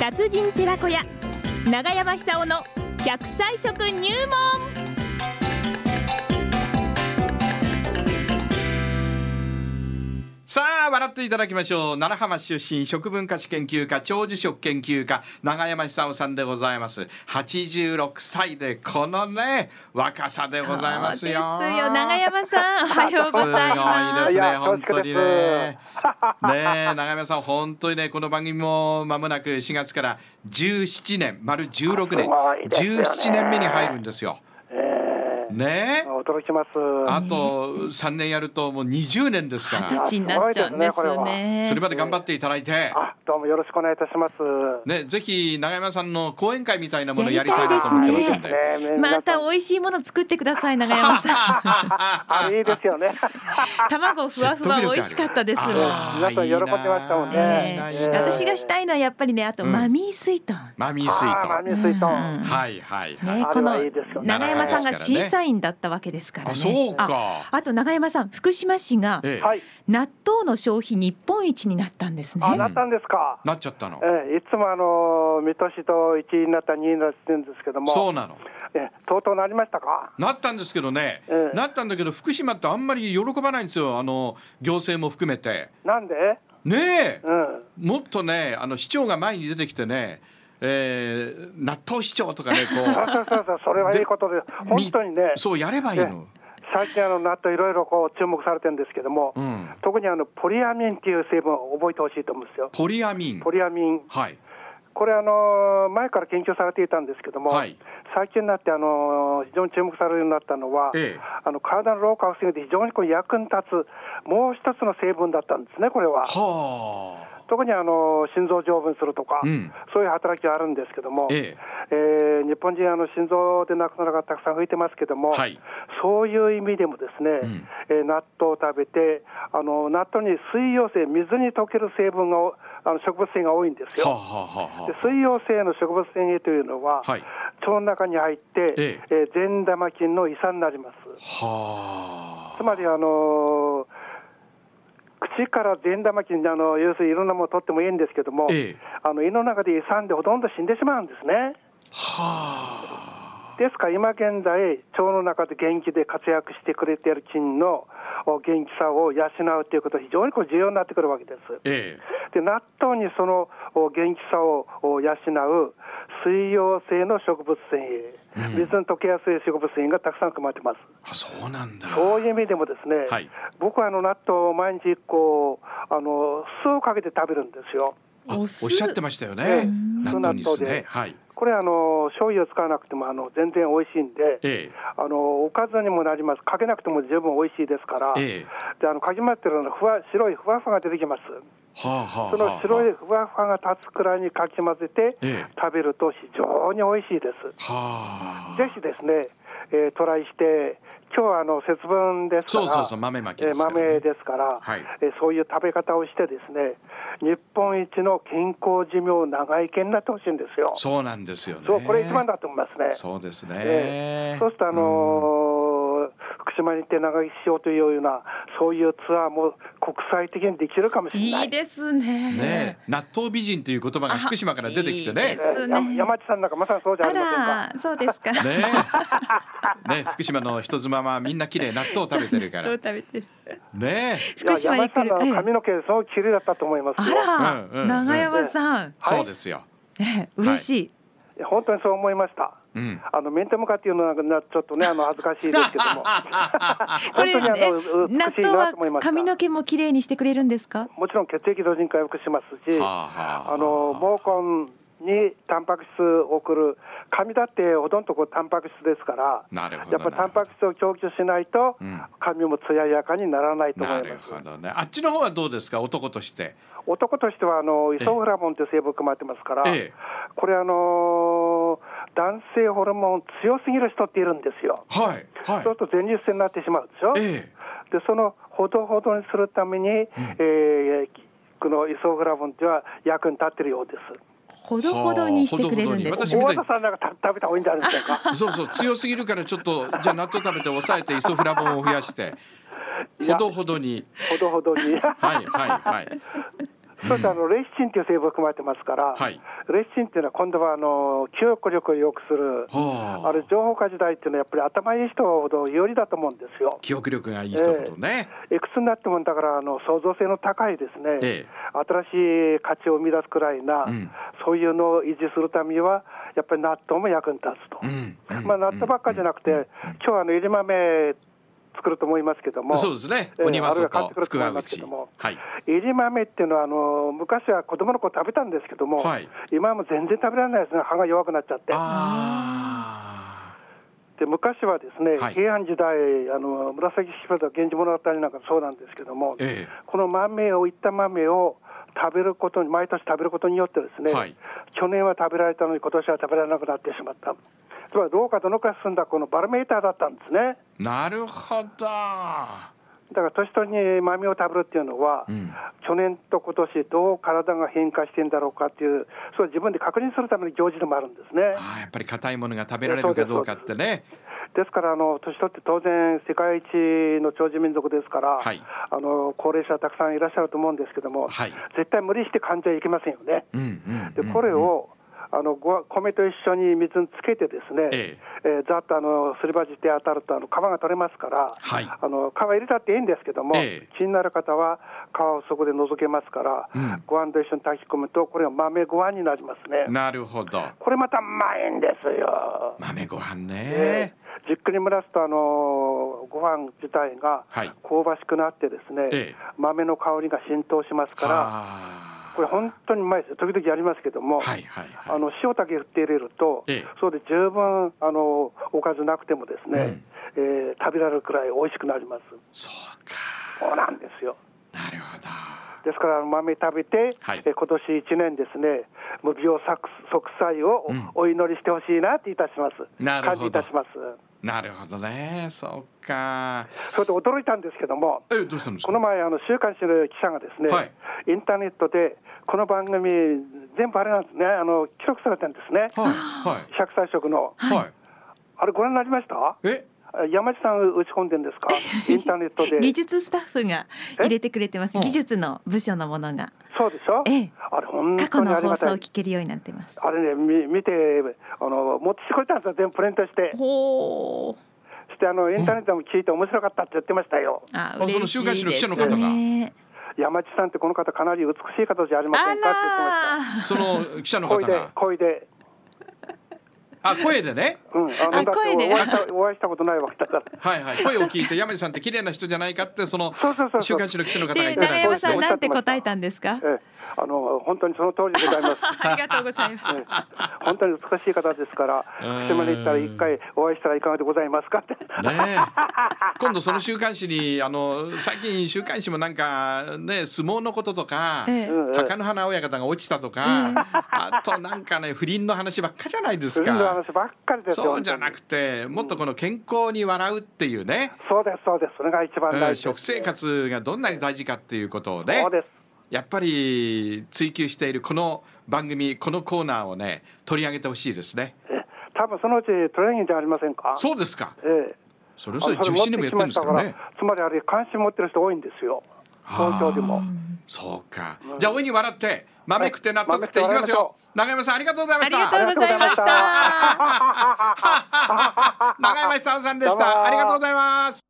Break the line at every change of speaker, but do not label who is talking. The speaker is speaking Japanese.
薬人寺子屋長山久夫の百歳食入門
さあ笑っていただきましょう奈良浜市出身食文化史研究家長寿食研究家永山久夫さんでございます86歳でこのね若さでございますよ
そうですよ長山さ んおはようございます
ごいです
い
ね
や
本当にね
恐
ね
縮
え長山さん本当にねこの番組も間もなく4月から17年丸16年、
すごいですよね
17年目に入るんですよ
え
ね
え
え
驚きます。
あと3年やるともう20年ですから
二十歳になっちゃうんです
ごいですねこ
すね
それまで頑張っていただいて
あ、どうもよろしくお願いいたします。
ね、ぜひ永山さんの講演会みたいなものをやりたいなと思ってますんで。
ねえ
また
皆
美味しいもの作ってください長山さん
さんあいいですよね。
卵ふわふわ美味しかったです
あー
皆さん喜んでましたもんね
え
いい
え
ないいな
私がしたいのはやっぱりねあと、
うん
マミー水筒
マミー水
あ
筒。
ーマ
は
ミー水筒。
うん
いはいはい。
ね
あ
こ
れ
の
はいいですよね
長山さんが審査員だったわけですからね
あ、そうか。
あと長山さん福島市が
え
は
え、
い。
納豆の消費日本一になったんですね
あなったんですか。
なっちゃったの。
ええいつもあの水戸市と一位になった二位になってるんですけども、
そうなの。
ええとうとうなりましたか。
なったんですけどね
え。え
なったんだけど、福島ってあんまり喜ばないんですよ。あの行政も含めて。
なんで？
ねえ
う。ん。
もっとね、あの市長が前に出てきてね。えー、納豆市長とかね、こ
そうそうそうそうそれはいいことで
う。
本当にね
み。そうやればいいの。
最近あの納豆いろいろこう注目されてるんですけども、
うん
特にあのポリアミンっていう成分を覚えてほしいと思うんですよ。
ポリアミン
ポ。リアミン、
はい。
これあの前から研究されていたんですけども、
はい
最近になってあの非常に注目されるようになったのは、
ええ
あの体の老化を防ぐで非常にこう役に立つもう一つの成分だったんですね、これは。
はあ。
特にあの心臓を丈夫にするとか、
うん
そういう働きはあるんですけども、
ええ
えー日本人あの心臓で亡くなる方たくさん増えてますけども、
はい
そういう意味でもですね、
うん
えー納豆を食べてあの納豆に水溶性水に溶ける成分があの植物性が多いんです
はあ、
よ。
はあはあは
で
あ、
水溶性の植物繊維というのは、
はい
腸の中に入って、
え
えー善玉菌の胃酸になります。
はあ
つまりあのー口から善玉菌あの要するにいろんなものを取ってもいいんですけども、
ええ
あの胃の中で胃酸でほとんど死んでしまうんですね。
はあ
ですから今現在腸の中で元気で活躍してくれている菌のお元気さを養うということは非常にこう重要になってくるわけです。
え
で納豆にそのお元気さをお養う水溶性の植物繊維、水に溶けやすい植物繊維がたくさん含まれてます。
えあそうなんだ
そういう意味でもですね、
はい
僕はあの納豆を毎日1個あの酢をかけて食べるんですよ。
あおっ
お酢
しゃってましたよ
え
ね
え
納豆にです
納豆
ね
で
はい
これあの醤油を使わなくてもあの全然美味しいんで、
え
あのおかずにもなります。かけなくても十分美味しいですから。
えええ
であのかき混ぜてるのふわ白いふわふわが出てきます。
はあはあはあ
その白いふわふわが立つくらいにかき混ぜて
ええ
食べると非常に美味しいです。
はあ
ぜひですね、えートライして今日はあの節分ですから。
そうそうそう豆まき
え
で
ー
すからね
豆ですから、
はい
えーそういう食べ方をしてですね、日本一の健康寿命長生きになってほしいんですよ。
そうなんですよね
そうこれ一番だと思いますね。
そうですね、
ええそうすると、あ
うん
のー福島に行って長生きしようというような、そういうツアーも国際的にできるかもしれな
い
い。
いですね
ねえ納豆美人という言葉が福島から出てきて
あいい
ね
です
えーや
ね
山地さんなんかまさにそうじゃあ
あ
りませんから
そうですか、
ねえねえ福島の人妻はみんな綺麗納豆を食べてる か
どう
ら
食べてる
ねえ
いや
福島に来る
山地さんの
ええ
髪の毛、すごい綺麗だったと思いますよ。
あ
うんうん
ら、
うん
長山さん、
はい
そうですよ
ね、嬉しい。
いや本当にそう思いました。
うん
あの面と向かっていうのはなんかちょっとねあの恥ずかし いですけども
これ、
本当にあ
え
のう美
納
しい
豆
な
は
と思いました
髪の毛も綺麗にしてくれるんですか。
もちろん血液同人回復しますし、
はあはあ
あの毛根にタンパク質を送る髪だってほとんどこうタンパク質ですから
なるほど
やっぱりタンパク質を供給しないと、
うん
髪も艶やかにならないと思
ないる
ます
ほどねあっちの方はどうですか男として
男としてはあのイソフラボンという成分含まれてますから、
ええ
これあのー男性ホルモン強すぎる人っているんですよ、
はいはい
そうすると前立腺になってしまうでしょ、
ええ
でそのほどほどにするために、えーこのイソフラボンっていうのは役に立ってるようです
ほどほどにしてくれるんで
ほどほどに
すね。
私みたい
大
に
和さんなんかた食べた方がいいんじゃないでし ょうか
そうそう強すぎるからちょっとじゃあ納豆食べて抑えてイソフラボンを増やしてほどほどに
ほ どほどに。
はいはいはい
そしてあのレシチンという成分含まれてますから、
はい
レッシンっていうのは今度はあの記憶力を良くする、
はあ
あれ情報化時代っていうのはやっぱり頭いい人ほど有利だと思うんですよ。
記憶力がいい人ほどね、
いくつになってもだからあの創造性の高いですね、
ええ
新しい価値を生み出すくらいな、
うん
そういうのを維持するためには、やっぱり納豆も役に立つと、
うんうん
まあ、納豆ばっかじゃなくて、今日あのいり豆作ると思いますけども、
そうですね
ええ
鬼マ
あるい
ソ
は買っ
と
てくると
福
思い
川
ますけ
口
ども、
はい
いり豆っていうのはあの、昔は子供の頃食べたんですけども、
はい
今はもう全然食べられないですね、歯が弱くなっちゃって。
あ
で昔はですね、
はい
平安時代、あの紫式部と源氏物語なんかそうなんですけども
ー、え
この豆を、いった豆を食べることに、毎年食べることによってですね、
はい
去年は食べられたのに、今年は食べられなくなってしまった。つまり、どうかどのか進んだこのバロメーターだったんですね。
えなるほど、
だから年取りに豆を食べるっていうのは、
うん
去年と今年どう体が変化してんだろうかっていう、それを自分で確認するための行事でもあるんですね。
あーやっぱり硬いものが食べられるかどうかってね
ですからあの、年取って当然、世界一の長寿民族ですから、
はい
あの高齢者たくさんいらっしゃると思うんですけども、
はい
絶対無理して患者はいけませんよね。
うんうん
でこれをあのご米と一緒に水につけてですね、
え
えーざっとあのすり鉢で当たるとあの皮が取れますから、
はい
あの皮入れたっていいんですけども、
ええ
気になる方は皮をそこで除けますから、
うん
ご飯と一緒に炊き込むとこれが豆ご飯になりますね。
なるほど
これまたうまいんですよ。
豆ご飯
え
ね、
えじっくり蒸らすとあのご飯自体が
はい
香ばしくなってですね、
ええ
豆の香りが浸透しますから、
はあ
これ本当にうまいですよ。時々やりますけども。
はいはい
あ
はい
の塩だけ振って入れると、
ええ
そうで十分あのおかずなくてもですね、えー食べられるくらい美味しくなります。
そうか
そうなんですよ。
なるほど
ですからあの豆食べて、
はい
えー今年一年ですね、無病息災を
うん
お祈りしてほしいなっていたします。
なるほど
感じいたします。
なるほどねそうか
それで驚いたんですけども。
えどうしたんですか
この前、あの週刊誌の記者がですね、
はい
インターネットで、この番組、全部あれなんですね、あの記録されてるんですね、
はいは
100歳食の、
いはい
あれ、ご覧になりました
え
山地さん打ち込んで んですかインターネットで
技術スタッフが入れてくれてます
え
技術の部署のものが
そうでしょ、
ええ
あれ本
過
当
去
に
の
あり
放
が
送
た
を
い
聞けるようになってます
あれねみ見てあの持ってきてくれたんですよ全部プレゼントして
ほ
してあのインターネットでも聞いて面白かったって言ってましたよ
あ
あ
嬉しいです
その週刊誌の記者の方が
ね
山地さんってこの方かなり美しい方じゃありませんかって
あ
その記者の
言ってま
方
した
が
声で声で
あ声でね
うんあ
あ
のだって
声で
お会いしたお会いしたことないわけだから
はいはい声を聞いて山地さんって綺麗な人じゃないかってその
そうそうそうそう
週刊誌の記者の
ら
方が言っ
で
て
長
たん
山
です
さん
ね
なんて答えたんですか
ええあの本当にその通りでございます
ありがとうございます
ええ本当に美しい方ですから
うん
福島に行ったら一回お会いしたらいかがでございますかって
ねえ今度その週刊誌にあの最近週刊誌もなんかね相撲のこととか、
ええ
うん
貴乃花親方が落ちたとか、あとなんかね不倫の話ばっかじゃないです
不倫の
か
話ばっかりですよ
そうじゃなくてもっとこの健康に笑うっていうね、
そうです、そうです、それが一番
うん
大事です、
食生活がどんなに大事かっていうことをね
そうです
やっぱり追求しているこの番組このコーナーをね取り上げてほしいですね
え多分そのうちトレーニングじゃありませんか。
そうですか
ええ
それ
あ
ぞれ17年もやってるんですからね。
つまりあれ、関心持ってる人多いんですよ、東京でも。
そうか。じゃあ大いに笑って豆食って納得っていき
はい
ますよ。長山さんありがとうございま
あ
し
りが
た。
とうございました
長山久夫さんでした。ありがとうございます。